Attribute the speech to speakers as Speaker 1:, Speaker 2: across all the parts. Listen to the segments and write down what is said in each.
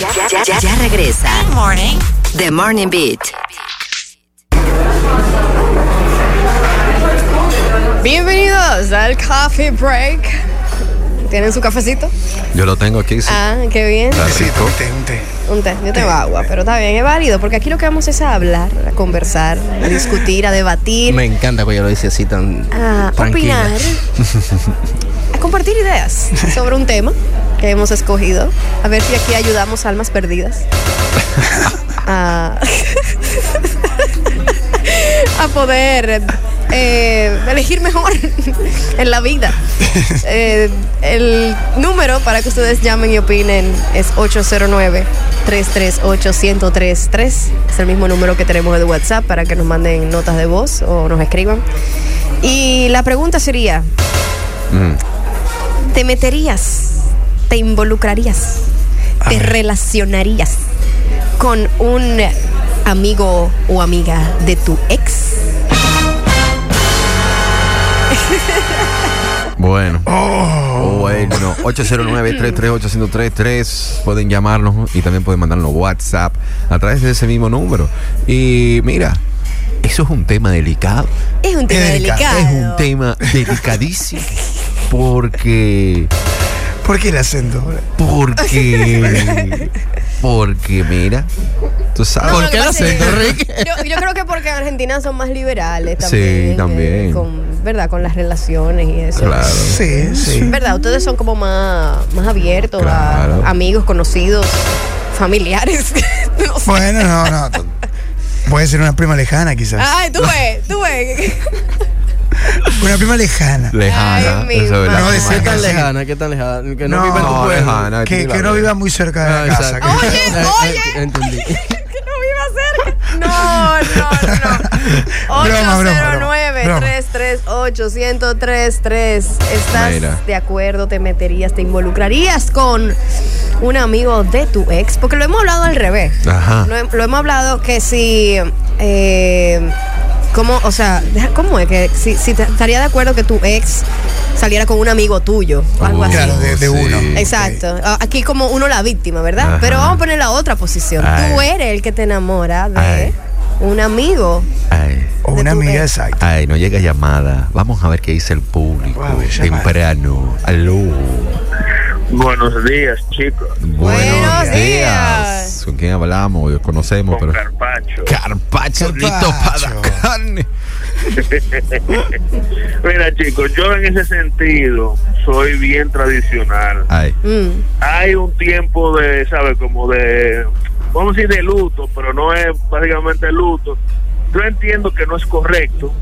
Speaker 1: Ya, ya, ya, ya regresa.
Speaker 2: Good morning.
Speaker 1: The Morning Beat.
Speaker 3: Bienvenidos al Coffee Break. ¿Tienen su cafecito?
Speaker 4: Yo lo tengo aquí, sí.
Speaker 3: Ah, qué bien.
Speaker 4: Está
Speaker 5: Sí,
Speaker 4: rico.
Speaker 5: un té, un té.
Speaker 3: Un té. Yo tengo agua, pero está bien, es válido, porque aquí lo que vamos es a hablar, a conversar, a discutir, a debatir,
Speaker 6: Me encanta que yo lo hice así tan
Speaker 3: a
Speaker 6: tranquila.
Speaker 3: opinar, a compartir ideas sobre un tema que hemos escogido. A ver si aquí ayudamos a almas perdidas. Ah, A, a poder eh, elegir mejor en la vida. Eh, el número para que ustedes llamen y opinen es 809-338-1033. Es el mismo número que tenemos de WhatsApp para que nos manden notas de voz o nos escriban. Y la pregunta sería,
Speaker 4: Mm.
Speaker 3: ¿te meterías? ¿Te involucrarías? ¿Te
Speaker 5: Amén.
Speaker 3: relacionarías con un amigo o amiga de tu ex?
Speaker 4: Bueno.
Speaker 5: Oh.
Speaker 4: Bueno. 809-338-1033. Pueden llamarnos y también pueden mandarnos WhatsApp a través de ese mismo número. Y mira, eso es un tema delicado.
Speaker 3: Es un tema
Speaker 5: Es
Speaker 3: delicado.
Speaker 5: delicado,
Speaker 4: Es un tema delicadísimo. Porque.
Speaker 5: ¿Por qué el acento?
Speaker 4: Porque. Porque, mira. Tú sabes.
Speaker 3: No, lo que pasa es que-
Speaker 6: Rick?
Speaker 3: Yo, yo creo que porque en Argentina son más liberales
Speaker 4: Sí,
Speaker 3: también. eh,
Speaker 4: también.
Speaker 3: con, ¿Verdad? Con las relaciones y eso.
Speaker 4: Claro.
Speaker 5: Sí, sí.
Speaker 3: ¿Verdad? Ustedes son como más, más abiertos
Speaker 4: Claro.
Speaker 3: a amigos, conocidos, familiares. no sé.
Speaker 5: Bueno, no, no. t- Puede ser una prima lejana, quizás.
Speaker 3: Ay, tú ves, tú ves.
Speaker 5: Una prima lejana.
Speaker 4: Lejana.
Speaker 3: Ay, mi
Speaker 4: eso es
Speaker 3: madre.
Speaker 4: la
Speaker 5: No, de
Speaker 6: ¿Qué
Speaker 5: cerca
Speaker 6: tan
Speaker 5: sí.
Speaker 6: lejana? ¿Qué tan lejana? Que no,
Speaker 5: No,
Speaker 6: vive en tu
Speaker 4: no,
Speaker 6: pueblo.
Speaker 4: lejana. Ah,
Speaker 5: Que,
Speaker 4: sí, la
Speaker 5: que no
Speaker 4: verdad.
Speaker 5: viva muy cerca de
Speaker 6: Ah,
Speaker 5: la casa.
Speaker 6: exacto.
Speaker 5: que-
Speaker 3: Oye,
Speaker 6: Eh,
Speaker 3: oye.
Speaker 5: ah,
Speaker 6: eh, Entendí.
Speaker 3: que no viva cerca. No, no,
Speaker 5: Broma,
Speaker 3: no.
Speaker 5: broma, broma,
Speaker 3: 809-338-1033. ¿Estás
Speaker 4: Mira.
Speaker 3: de acuerdo? ¿Te meterías? ¿Te involucrarías con un amigo de tu ex? Porque lo hemos hablado al revés.
Speaker 4: Ajá.
Speaker 3: Lo, he- lo hemos hablado que si. eh, ¿Cómo, o sea, deja- ¿cómo es? Que si, si te- estaría de acuerdo que tu ex saliera con un amigo tuyo o algo
Speaker 4: Oh,
Speaker 3: así.
Speaker 5: Claro, de- de uno.
Speaker 3: Exacto. A- Aquí como uno la víctima, ¿verdad?
Speaker 4: Este, Ajá.
Speaker 3: Pero vamos a poner la otra posición.
Speaker 4: Ay.
Speaker 3: Tú eres el que te enamora de
Speaker 4: Ay.
Speaker 3: un amigo.
Speaker 4: Ay,
Speaker 5: O
Speaker 3: de
Speaker 5: una
Speaker 3: tu
Speaker 5: amiga,
Speaker 3: ex.
Speaker 5: exacto.
Speaker 4: ay, no llega llamada. Vamos a ver qué dice el público.
Speaker 5: Wow, llamada.
Speaker 4: Temprano. Aló.
Speaker 7: Buenos días, chicos.
Speaker 3: Buenos días.
Speaker 4: ¿Con quién hablamos? Yo conocemos,
Speaker 7: Con
Speaker 4: pero.
Speaker 7: Carpacho.
Speaker 4: Carpacho, listo para la carne.
Speaker 7: Mira, chicos, yo en ese sentido soy bien tradicional.
Speaker 4: Ay,
Speaker 3: Mm.
Speaker 7: Hay un tiempo de, ¿sabes? Como de, vamos a decir de luto, pero no es básicamente luto. Yo entiendo que no es correcto.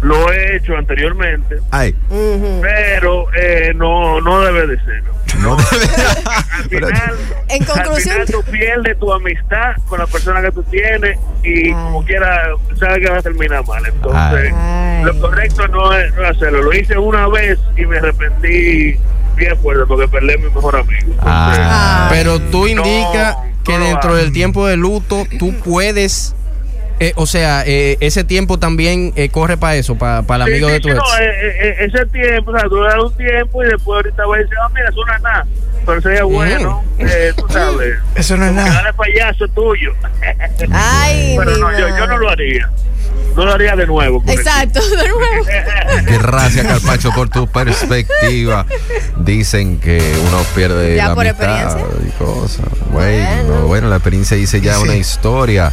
Speaker 7: Lo he hecho anteriormente,
Speaker 4: ay.
Speaker 3: Ujú.
Speaker 7: pero eh, no, no debe de ser.
Speaker 4: No debe-
Speaker 7: Al
Speaker 4: Pero-
Speaker 7: final,
Speaker 3: En conclusión-
Speaker 7: al final tú pierdes tu amistad con la persona que tú tienes y
Speaker 3: Ay.
Speaker 7: como quiera, sabes que va a terminar mal. Entonces,
Speaker 3: Ay.
Speaker 7: lo correcto no es no es hacerlo. Lo hice una vez y me arrepentí bien fuerte porque perdí a mi mejor amigo. Entonces,
Speaker 4: Ah.
Speaker 6: Pero tú indicas
Speaker 7: no
Speaker 6: que
Speaker 7: lo
Speaker 6: dentro
Speaker 7: hagas.
Speaker 6: del tiempo de luto tú puedes. eh, o sea, eh, ese tiempo también eh, corre para eso, para el
Speaker 7: sí,
Speaker 6: amigo
Speaker 7: sí,
Speaker 6: de tu
Speaker 7: sí,
Speaker 6: ex.
Speaker 7: no, eh, eh, eh, ese tiempo, o sea, dura un tiempo y después ahorita voy a decir, ah, mira, es una nada. Pero sería bueno, eh, tú sabes,
Speaker 5: Eso no es nada.
Speaker 7: cada payaso tuyo.
Speaker 3: Ay,
Speaker 7: Pero
Speaker 3: mi
Speaker 7: no, yo, yo no lo haría. No lo haría de nuevo. correcto.
Speaker 3: Exacto, de nuevo.
Speaker 4: Gracias, Carpacho, por tu perspectiva. Dicen que uno pierde
Speaker 3: Ya
Speaker 4: la
Speaker 3: por
Speaker 4: amistad
Speaker 3: experiencia.
Speaker 4: y cosas. Bueno,
Speaker 3: Bueno.
Speaker 4: bueno. la experiencia dice ya
Speaker 5: Sí.
Speaker 4: una historia.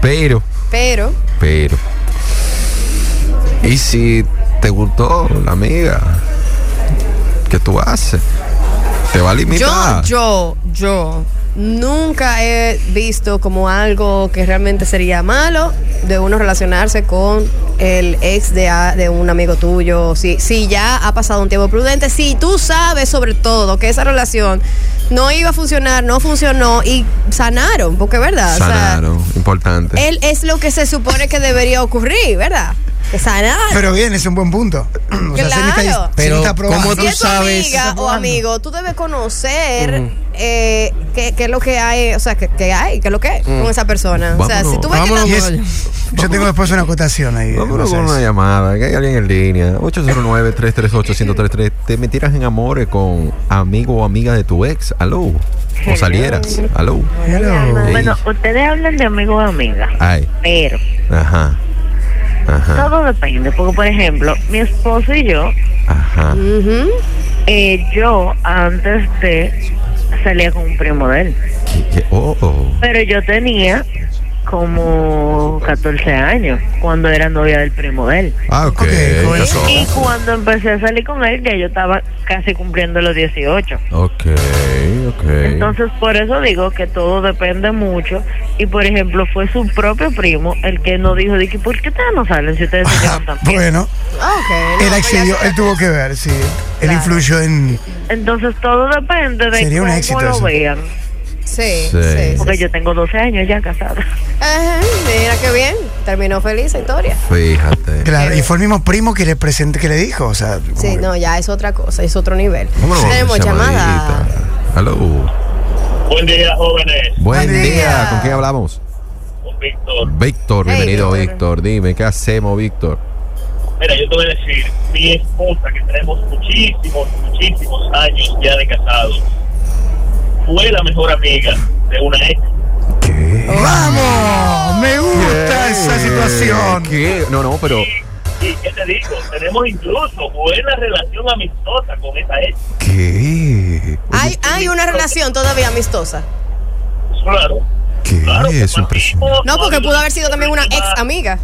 Speaker 4: Pero,
Speaker 3: Pero,
Speaker 4: pero. ¿Y si te gustó la amiga? ¿Qué tú haces? ¿Te va a
Speaker 3: yo,
Speaker 4: limitar?
Speaker 3: yo, yo nunca he visto como algo que realmente sería malo de uno relacionarse con el ex de, a- de un amigo tuyo. Si, si ya ha pasado un tiempo prudente, si tú sabes sobre todo que esa relación no iba a funcionar, no funcionó y sanaron, porque verdad. O sea,
Speaker 4: Sanaron, importante.
Speaker 3: él es lo que se supone que debería ocurrir, ¿verdad? sanar.
Speaker 5: Pero bien, es un buen punto. O sea,
Speaker 3: Claro.
Speaker 5: significa-
Speaker 6: Pero,
Speaker 5: significa
Speaker 6: ¿cómo
Speaker 5: probado.
Speaker 6: tú
Speaker 3: si es tu
Speaker 6: sabes-
Speaker 3: amiga o amigo, tú debes conocer
Speaker 6: Ujú.
Speaker 3: eh, qué, qué es lo que hay, o sea, qué, qué hay, qué es lo que es con esa persona. O sea,
Speaker 4: Vámonos.
Speaker 3: si tú ves que
Speaker 6: Vámonos.
Speaker 5: Y
Speaker 3: la-
Speaker 5: es- yo tengo después una acotación ahí.
Speaker 4: Vámonos
Speaker 5: no
Speaker 4: con
Speaker 5: sé.
Speaker 4: una llamada, que hay alguien en línea. 809-338-1033. Te metieras en amores con amigo o amiga de tu ex. Aló. O salieras. Aló.
Speaker 5: Hello.
Speaker 4: Ey.
Speaker 2: Bueno, ustedes hablan de amigo o amiga,
Speaker 4: Ay.
Speaker 2: pero
Speaker 4: Ajá. Ajá.
Speaker 2: todo depende, porque por ejemplo, mi esposo y yo,
Speaker 4: Ajá.
Speaker 3: Ujú.
Speaker 2: eh, yo antes de salía con un primo de él,
Speaker 4: ¿Qué- qué? Oh, oh.
Speaker 2: pero yo tenía como 14 años cuando era novia del primo de él.
Speaker 4: Ah, ok.
Speaker 5: Ok, joven.
Speaker 4: casó.
Speaker 2: Y cuando empecé a salir con él, ya yo estaba casi cumpliendo los 18.
Speaker 4: Ok, ok.
Speaker 2: Entonces, por eso digo que todo depende mucho. Y, por ejemplo, fue su propio primo el que nos dijo, de que, ¿por qué ustedes no salen si ustedes se llevan tan bien?
Speaker 5: Bueno,
Speaker 3: Ah, ok, no,
Speaker 5: él
Speaker 3: pues
Speaker 5: accedió,
Speaker 3: ya se-
Speaker 5: él tuvo que ver, sí. Él
Speaker 3: Claro.
Speaker 5: influyó en.
Speaker 2: Entonces, todo depende de
Speaker 5: Sería un
Speaker 2: cómo
Speaker 5: éxito
Speaker 2: lo
Speaker 5: eso.
Speaker 2: vean.
Speaker 3: Sí, sí.
Speaker 4: Sí.
Speaker 3: sí,
Speaker 2: Porque
Speaker 3: sí.
Speaker 2: yo tengo 12 años ya casada.
Speaker 3: Ajá, mira qué bien. Terminó feliz la historia.
Speaker 4: Fíjate.
Speaker 5: Claro, y fue el mismo primo que le presentó, que le dijo, o sea. como
Speaker 3: Sí,
Speaker 5: que-
Speaker 3: no, ya es otra cosa, es otro nivel.
Speaker 4: Vámonos con
Speaker 3: Tenemos
Speaker 4: esa
Speaker 3: llamada.
Speaker 4: llamadita. Aló.
Speaker 7: Buen día, jóvenes.
Speaker 4: Buen
Speaker 5: día.
Speaker 4: día. ¿Con quién hablamos?
Speaker 7: Víctor.
Speaker 4: Víctor,
Speaker 3: Hey,
Speaker 4: bienvenido
Speaker 3: Víctor.
Speaker 4: Víctor. Dime, ¿qué hacemos Víctor?
Speaker 7: Mira, yo te voy a decir, mi esposa, que tenemos muchísimos, muchísimos años ya de casados, fue la mejor amiga de una ex.
Speaker 5: ¡Vamos! Me gusta esa situación.
Speaker 4: ¿Qué? No, no, pero...
Speaker 7: Y, ¿qué te digo? Tenemos incluso buena relación amistosa con esa ex.
Speaker 4: ¿Qué?
Speaker 3: Hay, hay una relación todavía amistosa.
Speaker 7: Claro.
Speaker 4: ¿Qué?
Speaker 7: Claro,
Speaker 4: Es impresionante.
Speaker 3: No, porque pudo haber sido también una ex amiga.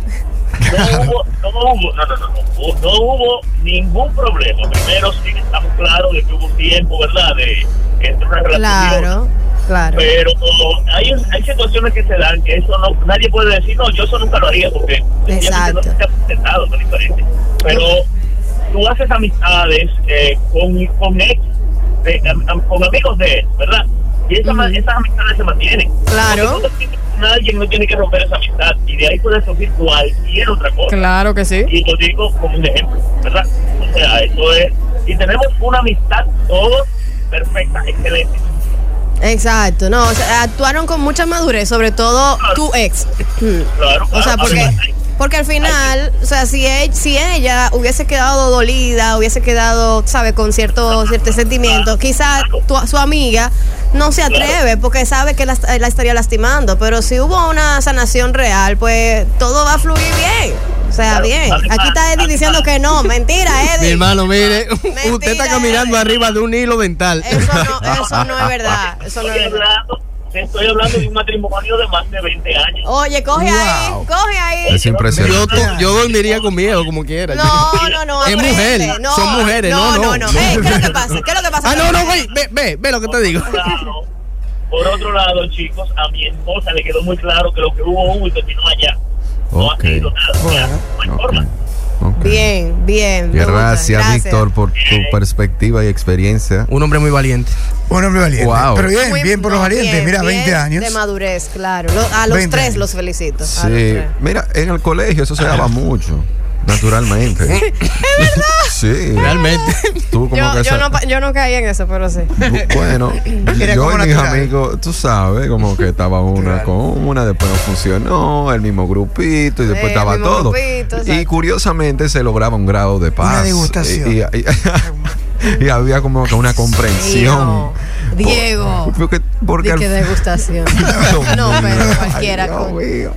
Speaker 7: No hubo, no hubo, no, no, no, no, no hubo ningún problema. Primero sí estamos claros de que hubo un tiempo, ¿verdad? De entre una relación. y otra.
Speaker 3: Claro, claro.
Speaker 7: Pero hay, hay situaciones que se dan que eso no, nadie puede decir, no, yo eso nunca lo haría porque sencillamente
Speaker 3: Exacto.
Speaker 7: no se te ha presentado, son diferentes. Pero tú haces amistades eh, con, con ex, de- am- am- con amigos de ex, ¿verdad? Y esa ma-
Speaker 3: Ujú.
Speaker 7: esas amistades se mantienen.
Speaker 3: Claro.
Speaker 7: Porque tú te sientes con alguien no tiene que romper esa amistad y de ahí puede surgir cualquier otra cosa
Speaker 3: Claro que sí.
Speaker 7: y lo digo como un ejemplo, ¿verdad? O sea, eso es. Y tenemos una amistad todos perfecta, excelente.
Speaker 3: Exacto, no, o sea, actuaron con mucha madurez, sobre todo tu ex. Mm,
Speaker 7: Claro,
Speaker 3: O sea,
Speaker 7: claro,
Speaker 3: porque,
Speaker 7: ahora hay-
Speaker 3: porque al final, o sea, si, él- si ella hubiese quedado dolida, hubiese quedado, ¿sabe?, con cierto, cierto sentimiento, quizás tu- su amiga no se atreve porque sabe que la, la estaría lastimando, pero si hubo una sanación real, pues todo va a fluir bien. O sea,
Speaker 7: Claro,
Speaker 3: bien.
Speaker 7: además,
Speaker 3: Aquí está Eddie diciendo que no, mentira,
Speaker 6: Mi
Speaker 3: Eddie.
Speaker 6: hermano, mire, usted
Speaker 3: Ah, Mentira,
Speaker 6: está caminando
Speaker 3: eh.
Speaker 6: arriba de un hilo dental.
Speaker 3: Eso no, eso no es verdad. Eso no
Speaker 7: Estoy
Speaker 3: es verdad.
Speaker 7: hablando, te estoy hablando de un matrimonio de más de 20 años.
Speaker 3: Oye, coge ahí,
Speaker 5: Wow.
Speaker 3: coge ahí.
Speaker 4: Es
Speaker 6: yo,
Speaker 4: impresionante.
Speaker 6: to- yo dormiría con miedo, como quiera.
Speaker 3: No, no, no.
Speaker 6: Es
Speaker 3: aprende.
Speaker 6: mujer,
Speaker 3: No,
Speaker 6: son mujeres, no,
Speaker 3: no, no.
Speaker 6: no.
Speaker 3: Ey, ¿Qué es lo que pasa? ¿Qué es lo que pasa?
Speaker 6: Ah, no, no, güey, ve, ve, ve lo que te digo.
Speaker 7: Por otro lado, por otro lado, chicos, a mi esposa le quedó muy claro que lo que hubo hubo y terminó allá. No ha
Speaker 4: Ok.
Speaker 7: sido nada. o sea, no hay
Speaker 4: Ok,
Speaker 7: forma.
Speaker 4: ok.
Speaker 3: Bien, bien. me gusta.
Speaker 4: Gracias Víctor por tu perspectiva y experiencia.
Speaker 6: Un hombre muy valiente.
Speaker 5: Un hombre valiente.
Speaker 4: Wow.
Speaker 5: Pero bien,
Speaker 3: Muy-
Speaker 5: bien por los
Speaker 3: no,
Speaker 5: valientes.
Speaker 3: bien,
Speaker 5: Mira,
Speaker 3: bien
Speaker 5: 20 años.
Speaker 3: De madurez, claro. Lo- a los
Speaker 5: 20
Speaker 3: tres
Speaker 5: años.
Speaker 3: los felicito. a los
Speaker 4: Sí,
Speaker 3: tres.
Speaker 4: mira, en el colegio eso se daba mucho, naturalmente. ¿Es verdad? Sí.
Speaker 6: Realmente.
Speaker 4: Tú como
Speaker 3: Yo,
Speaker 4: que
Speaker 3: yo
Speaker 4: sa-
Speaker 3: no, pa- yo no caí en eso, pero sí.
Speaker 4: Bu- Bueno,
Speaker 5: Era
Speaker 4: yo
Speaker 5: como
Speaker 4: y mis
Speaker 5: natural.
Speaker 4: amigos, tú sabes, como que estaba una
Speaker 5: Claro.
Speaker 4: con una, después no funcionó, el mismo grupito y después
Speaker 3: el
Speaker 4: estaba
Speaker 3: mismo
Speaker 4: todo.
Speaker 3: grupito,
Speaker 4: y
Speaker 3: exacto.
Speaker 4: curiosamente se lograba un grado de paz.
Speaker 5: degustación.
Speaker 4: Y, y- y había como que una comprensión.
Speaker 3: Diego, Diego.
Speaker 4: Por- porque porque
Speaker 3: Di
Speaker 4: al-
Speaker 3: que degustación.
Speaker 4: Dios
Speaker 3: no,
Speaker 4: mío,
Speaker 3: pero
Speaker 4: ay,
Speaker 3: cualquiera.
Speaker 4: Dios
Speaker 3: con-
Speaker 4: mío.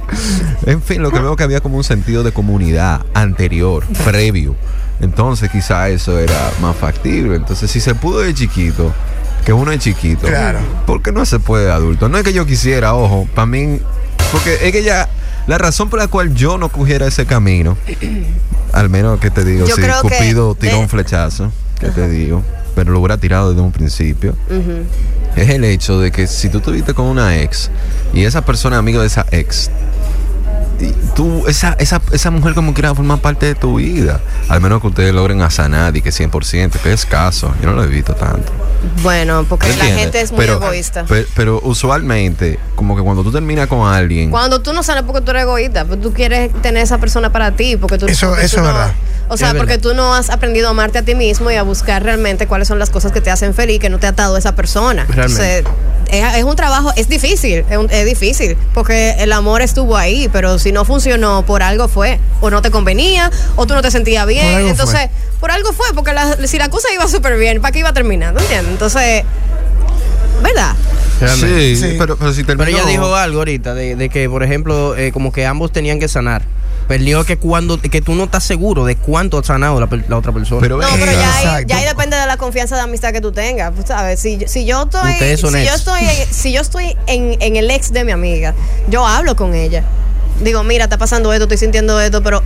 Speaker 4: En fin, lo que veo que había como un sentido de comunidad anterior, previo. Entonces quizá eso era más factible. Entonces si se pudo de chiquito, que uno es chiquito,
Speaker 5: Claro.
Speaker 4: ¿por qué no se puede de adulto? No es que yo quisiera, ojo, para mí, porque es que ya la razón por la cual yo no cogiera ese camino, al menos que te digo,
Speaker 3: Yo
Speaker 4: si
Speaker 3: creo que
Speaker 4: Cupido tiró
Speaker 3: de-
Speaker 4: un flechazo, que te digo, pero lo hubiera tirado desde un principio
Speaker 3: Ujú.
Speaker 4: es el hecho de que si tú estuviste con una ex y esa persona es amigo de esa ex, y tú, esa, esa, esa mujer como quiera formar parte de tu vida. Al menos que ustedes logren a sanar y que 100%, que es caso. Yo no lo he visto tanto.
Speaker 3: Bueno, porque la
Speaker 4: ¿Entiendes?
Speaker 3: gente es muy
Speaker 4: Pero-
Speaker 3: egoísta.
Speaker 4: pe- Pero, usualmente, como que cuando tú terminas con alguien,
Speaker 3: Cuando tú no sales porque tú eres egoísta, pues tú quieres tener esa persona para ti, porque tú
Speaker 5: Eso-
Speaker 3: porque
Speaker 5: eso
Speaker 3: tú
Speaker 5: es
Speaker 3: no-
Speaker 5: verdad.
Speaker 3: O sea,
Speaker 6: Es
Speaker 3: porque
Speaker 6: verdad.
Speaker 3: tú no has aprendido a amarte a ti mismo y a buscar realmente cuáles son las cosas que te hacen feliz, que no te ha atado esa persona.
Speaker 6: Realmente.
Speaker 3: Entonces, es, es un trabajo, es difícil, es, un- es difícil, porque el amor estuvo ahí, pero si no funcionó, por algo fue, o no te convenía, o tú no te sentías bien,
Speaker 5: Por algo
Speaker 3: entonces,
Speaker 5: fue.
Speaker 3: por algo fue, porque la, si la cosa iba súper bien, ¿para qué iba terminando? ¿Entiendes? Entonces, ¿verdad?
Speaker 6: Realmente.
Speaker 4: sí,
Speaker 5: Sí.
Speaker 4: Pero, pero si
Speaker 6: Pero
Speaker 4: terminó,
Speaker 6: ella dijo algo ahorita de, de que, por ejemplo, eh, como que ambos tenían que sanar. Pero dijo que cuando que tú no estás seguro de cuánto ha sanado la, per- la otra persona.
Speaker 4: Pero
Speaker 3: No,
Speaker 4: ven
Speaker 3: pero ya
Speaker 4: acá.
Speaker 3: ahí,
Speaker 5: Exacto.
Speaker 3: ya ahí depende de la confianza de amistad que tú tengas. Pues, ¿sabes? Si, yo- si yo estoy,
Speaker 6: Ustedes son
Speaker 3: si yo
Speaker 6: ex.
Speaker 3: estoy, en- si yo estoy en, en el ex de mi amiga, yo hablo con ella. Digo, mira, está pasando esto, estoy sintiendo esto, pero.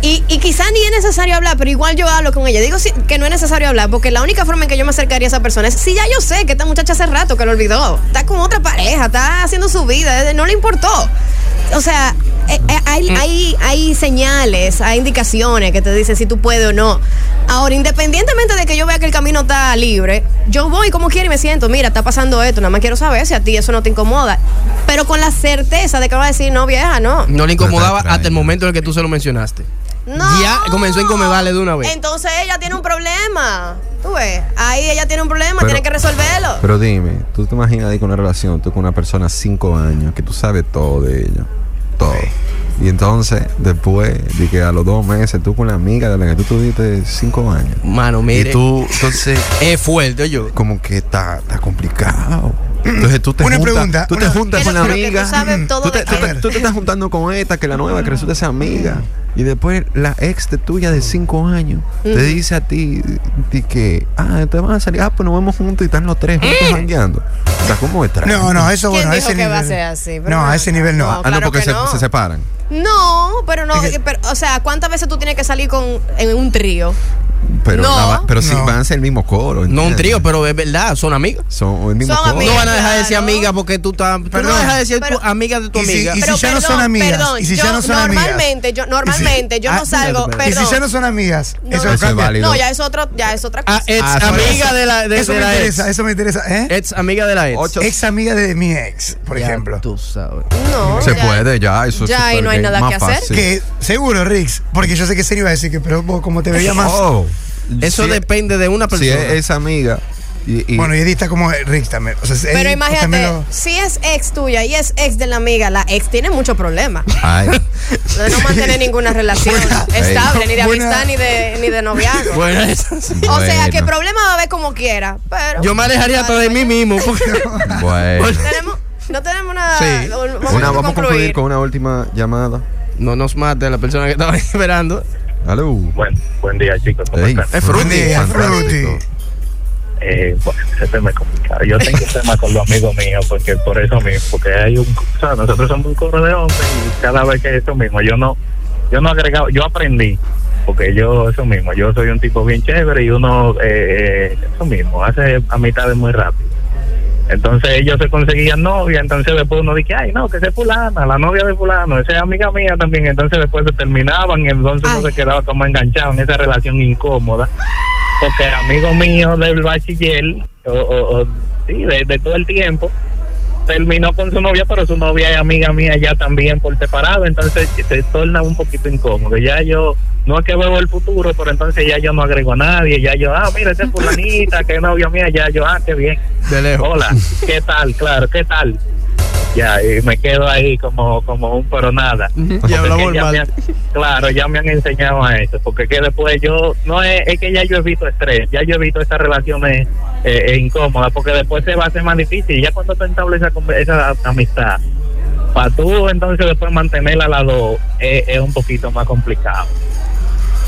Speaker 3: Y, y quizá ni es necesario hablar, pero igual yo hablo con ella. Digo si- que no es necesario hablar, porque la única forma en que yo me acercaría a esa persona es si ya yo sé que esta muchacha hace rato que lo olvidó, está con otra pareja, está haciendo su vida, eh, no le importó. O sea, eh, eh, hay,
Speaker 6: Mm.
Speaker 3: hay, hay señales, hay indicaciones que te dicen si tú puedes o no. Ahora, independientemente de que yo vea que el camino está libre, yo voy como quiera y me siento, mira, está pasando esto, nada más quiero saber si a ti eso no te incomoda. Pero con la certeza de que va a decir, no, vieja, no.
Speaker 6: no le incomodaba
Speaker 4: Extraño.
Speaker 6: hasta el momento en el que tú se lo mencionaste.
Speaker 3: No.
Speaker 6: Ya comenzó a incomodarle de una vez.
Speaker 3: Entonces ella tiene un problema. Tú ves, ahí ella tiene un problema,
Speaker 4: Pero-
Speaker 3: tiene que resolverlo.
Speaker 4: Pero dime, ¿tú te imaginas ahí con una relación, tú con una persona cinco años, que tú sabes todo de ella? Todo. Y entonces, después de que a los dos meses, tú con la amiga de la que tú tuviste cinco años.
Speaker 6: Mano,
Speaker 4: Y
Speaker 6: mire.
Speaker 4: tú, entonces,
Speaker 6: Es fuerte, yo.
Speaker 4: como que está, está complicado. Entonces tú te
Speaker 5: Una
Speaker 4: juntas,
Speaker 5: pregunta,
Speaker 4: tú
Speaker 5: una-
Speaker 4: te juntas
Speaker 3: Pero-
Speaker 4: con la
Speaker 3: pero que tú
Speaker 4: amiga. Mm.
Speaker 3: sabes todo
Speaker 4: tú, te,
Speaker 3: de
Speaker 4: tú te-
Speaker 5: quién.
Speaker 4: tú te estás juntando con esta, que la nueva, que resulta ser amiga. Y después la ex de tuya de cinco años te dice a ti di que, ah, te van a salir, ah, pues nos vemos juntos y están los tres
Speaker 3: ¿Eh?
Speaker 4: juntos jangueando. O sea, ¿cómo es traje?
Speaker 5: No, no, eso
Speaker 3: ¿Quién
Speaker 5: bueno, a
Speaker 3: dijo
Speaker 5: ese
Speaker 3: que
Speaker 5: nivel.
Speaker 3: va a ser así? Pero
Speaker 5: no,
Speaker 3: no,
Speaker 5: a ese nivel no.
Speaker 3: no.
Speaker 4: Ah, no,
Speaker 3: claro
Speaker 4: porque
Speaker 3: que
Speaker 4: se,
Speaker 3: no.
Speaker 4: se separan.
Speaker 3: No, pero no,
Speaker 5: Es que-
Speaker 3: pero, o sea, ¿cuántas veces tú tienes que salir con en un trío?
Speaker 4: Pero,
Speaker 3: No.
Speaker 4: la va- pero sí
Speaker 5: No.
Speaker 4: van a ser el mismo coro.
Speaker 6: No un
Speaker 4: ¿entiendes?
Speaker 6: trío, pero es verdad, son amigos.
Speaker 4: Son el mismo
Speaker 3: Son
Speaker 4: coro.
Speaker 6: No van a dejar de ser
Speaker 3: Claro.
Speaker 6: amiga porque tú estás. Tú no
Speaker 5: Perdón.
Speaker 6: vas a dejar de ser
Speaker 3: Pero-
Speaker 6: tu amiga de tu
Speaker 5: Y si-
Speaker 6: amiga.
Speaker 5: y si-
Speaker 3: Pero,
Speaker 5: ya no son amigas,
Speaker 3: Perdón,
Speaker 5: y si ya
Speaker 3: yo
Speaker 5: no son amigas.
Speaker 3: normalmente, yo normalmente yo
Speaker 6: Ah,
Speaker 3: no salgo,
Speaker 6: espérate,
Speaker 5: Y
Speaker 3: perdón.
Speaker 5: si ya no son amigas, eh,
Speaker 3: No,
Speaker 5: eso
Speaker 4: no.
Speaker 5: no
Speaker 4: Eso es
Speaker 5: cambia.
Speaker 4: válido.
Speaker 3: No, ya es otro, ya es otra cosa.
Speaker 6: Ah, ex
Speaker 4: Ah, sorry.
Speaker 6: amiga de la, de,
Speaker 5: eso
Speaker 6: de
Speaker 5: me
Speaker 6: la
Speaker 5: interesa,
Speaker 6: ex.
Speaker 5: eso me interesa. ¿eh?
Speaker 6: Ex amiga de la ex.
Speaker 4: Ocho-
Speaker 5: Ex amiga de mi ex, por
Speaker 6: Ya
Speaker 5: ejemplo.
Speaker 6: Tú sabes.
Speaker 3: no,
Speaker 4: Se
Speaker 3: ya.
Speaker 4: puede, ya, eso es
Speaker 3: Ya, y
Speaker 4: super
Speaker 3: no hay
Speaker 4: gay,
Speaker 3: nada
Speaker 4: más
Speaker 3: que hacer.
Speaker 4: fácil.
Speaker 5: Que seguro, Rix, porque yo sé que Seri iba a decir que, pero vos como te veía más.
Speaker 4: Oh,
Speaker 6: Eso
Speaker 4: sí,
Speaker 6: depende de una
Speaker 4: Si
Speaker 6: persona.
Speaker 4: es esa amiga. Y, y-
Speaker 5: Bueno, y Edith está como Rix también. O sea,
Speaker 3: Pero
Speaker 5: él
Speaker 3: imagínate,
Speaker 5: también lo-
Speaker 3: si es ex tuya y es ex de la amiga, la ex tiene muchos problemas.
Speaker 4: Ay,
Speaker 3: De no mantener ninguna relación estable, ni de
Speaker 5: buena-
Speaker 3: amistad, ni de, ni de noviazgo.
Speaker 6: Bueno, esas-
Speaker 3: O sea,
Speaker 4: bueno,
Speaker 3: que problema va a haber como quiera, pero...
Speaker 6: Yo manejaría hasta de mí mismo. porque-
Speaker 4: Bueno.
Speaker 3: Tenemos- no tenemos nada...
Speaker 6: Sí.
Speaker 4: Una, vamos a concluir con una última llamada.
Speaker 6: no nos mate la persona que estaba esperando.
Speaker 4: Aló.
Speaker 7: Buen, buen día, chicos. ¿Cómo
Speaker 4: Ey,
Speaker 7: están?
Speaker 6: Es Fruity.
Speaker 4: fantástico.
Speaker 5: Fruity.
Speaker 7: Eh, bueno, ese tema es complicado. Yo tengo tema con los amigos míos, porque por eso mismo, porque hay un, o sea, nosotros somos un coro de hombres y cada vez que eso mismo, yo no, yo no agregaba, yo aprendí, porque yo eso mismo, yo soy un tipo bien chévere y uno, eh, eh, eso mismo, hace amistades muy rápido. Entonces ellos se conseguían novia, entonces después uno dice, ay, no, que esa es fulana, la novia de fulano, esa es amiga mía también, entonces después se terminaban y entonces uno
Speaker 3: Ay.
Speaker 7: se quedaba como enganchado en esa relación incómoda porque amigos míos del bachiller, o, o- o- sí, de, de todo el tiempo, terminó con su novia, pero su novia es amiga mía ya también por separado, entonces se torna un poquito incómodo. Ya yo, no es que veo el futuro, pero entonces ya yo no agrego a nadie, ya yo, ah, mira, esa es fulanita, que es novia mía, ya yo, ah, qué bien.
Speaker 6: De lejos.
Speaker 7: Hola, ¿qué tal? Claro, ¿qué tal? Ya, y me quedo ahí como, como un pero nada.
Speaker 6: Y
Speaker 7: Porque
Speaker 6: hablamos
Speaker 7: ya me
Speaker 6: mal.
Speaker 7: han- claro, ya me han enseñado a eso, porque que después yo, no es, es que ya yo evito estrés, ya yo evito esas relaciones eh, eh, incómodas, porque después se va a hacer más difícil, ya cuando tú estableces esa, con- esa amistad, para tú entonces después mantenerla a la dos, eh, es un poquito más complicado.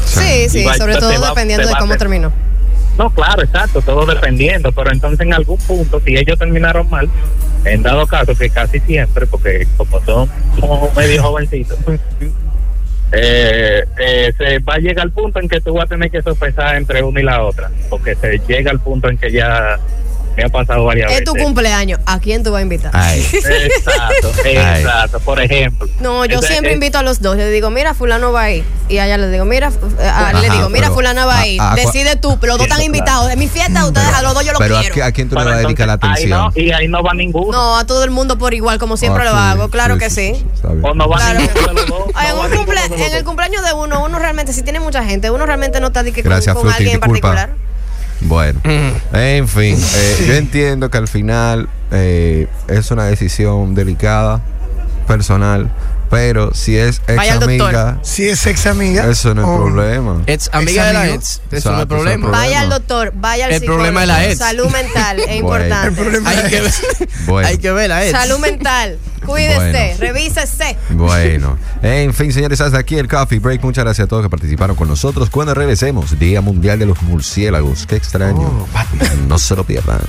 Speaker 3: Sí, sí,
Speaker 7: Igual,
Speaker 3: sobre
Speaker 7: te
Speaker 3: todo
Speaker 7: va-
Speaker 3: dependiendo
Speaker 7: te
Speaker 3: de
Speaker 7: va a
Speaker 3: cómo
Speaker 7: hacer-
Speaker 3: terminó.
Speaker 7: No, claro, exacto, todo dependiendo, pero entonces en algún punto, si ellos terminaron mal, en dado caso que casi siempre, porque como son como medio jovencitos, pues, eh, eh, se va a llegar al punto en que tú vas a tener que sopesar entre una y la otra, porque se llega al punto en que ya eh. me ha pasado varias
Speaker 3: Es
Speaker 7: veces.
Speaker 3: tu cumpleaños. ¿A quién tú vas a invitar?
Speaker 4: Ay.
Speaker 7: Exacto,
Speaker 4: Ay.
Speaker 7: exacto. Por ejemplo.
Speaker 3: No, yo
Speaker 7: Entonces,
Speaker 3: siempre
Speaker 7: eh,
Speaker 3: invito a los dos. Yo digo, mira, fulano va ahí. Y allá le digo, mira, fu- eh, a- le
Speaker 4: Ajá,
Speaker 3: digo, mira,
Speaker 4: pero-
Speaker 3: fulana va
Speaker 4: a-
Speaker 3: ahí.
Speaker 4: a-
Speaker 3: Decide tú. Los dos están
Speaker 7: Claro.
Speaker 3: invitados. Es mi fiesta, ustedes a los dos yo los
Speaker 4: Mm, Pero ¿a,
Speaker 3: quiero.
Speaker 4: qué- a quién tú
Speaker 7: bueno,
Speaker 4: le vas a dedicar la
Speaker 7: entonces,
Speaker 4: atención?
Speaker 7: Ahí no, y ahí no va ninguno.
Speaker 3: No, a todo el mundo por igual, como siempre lo
Speaker 4: Ah, sí,
Speaker 3: hago. Claro que sí.
Speaker 4: Está bien.
Speaker 7: O no va
Speaker 3: Claro.
Speaker 7: ninguno de los dos.
Speaker 3: Ay, en,
Speaker 7: no va
Speaker 3: un
Speaker 7: ninguno
Speaker 3: cumplea-
Speaker 7: de los
Speaker 3: en el
Speaker 7: dos.
Speaker 3: cumpleaños de uno, uno realmente, si tiene mucha gente, uno realmente no está de que con,
Speaker 4: Gracias,
Speaker 3: con
Speaker 4: Fruti,
Speaker 3: alguien en
Speaker 4: disculpa.
Speaker 3: particular.
Speaker 4: Bueno,
Speaker 3: Mm.
Speaker 4: en fin, eh, yo entiendo que al final eh, es una decisión delicada, personal, pero si es ex
Speaker 3: Vaya al doctor. Oh.
Speaker 4: amiga,
Speaker 5: Si es ex amiga.
Speaker 4: eso no es
Speaker 5: o-
Speaker 4: problema.
Speaker 6: Ex amiga de la
Speaker 5: amigo?
Speaker 6: ex. Eso no es
Speaker 4: Exacto,
Speaker 6: problema.
Speaker 4: exacto.
Speaker 3: Vaya al
Speaker 4: Problema.
Speaker 3: doctor, vaya al
Speaker 6: El
Speaker 3: psicólogo.
Speaker 6: problema de la ex.
Speaker 3: Salud mental es
Speaker 4: Bueno.
Speaker 5: El
Speaker 3: importante.
Speaker 5: problema
Speaker 6: Hay
Speaker 5: es-
Speaker 6: que ver,
Speaker 4: Bueno.
Speaker 6: hay que ver la ex.
Speaker 3: Salud mental. Cuídese,
Speaker 4: Bueno.
Speaker 3: revísese.
Speaker 4: Bueno, en fin, señores, hasta aquí el Coffee Break. Muchas gracias a todos que participaron con nosotros. Cuando regresemos, Día Mundial de los Murciélagos. Qué extraño. no se lo pierdan.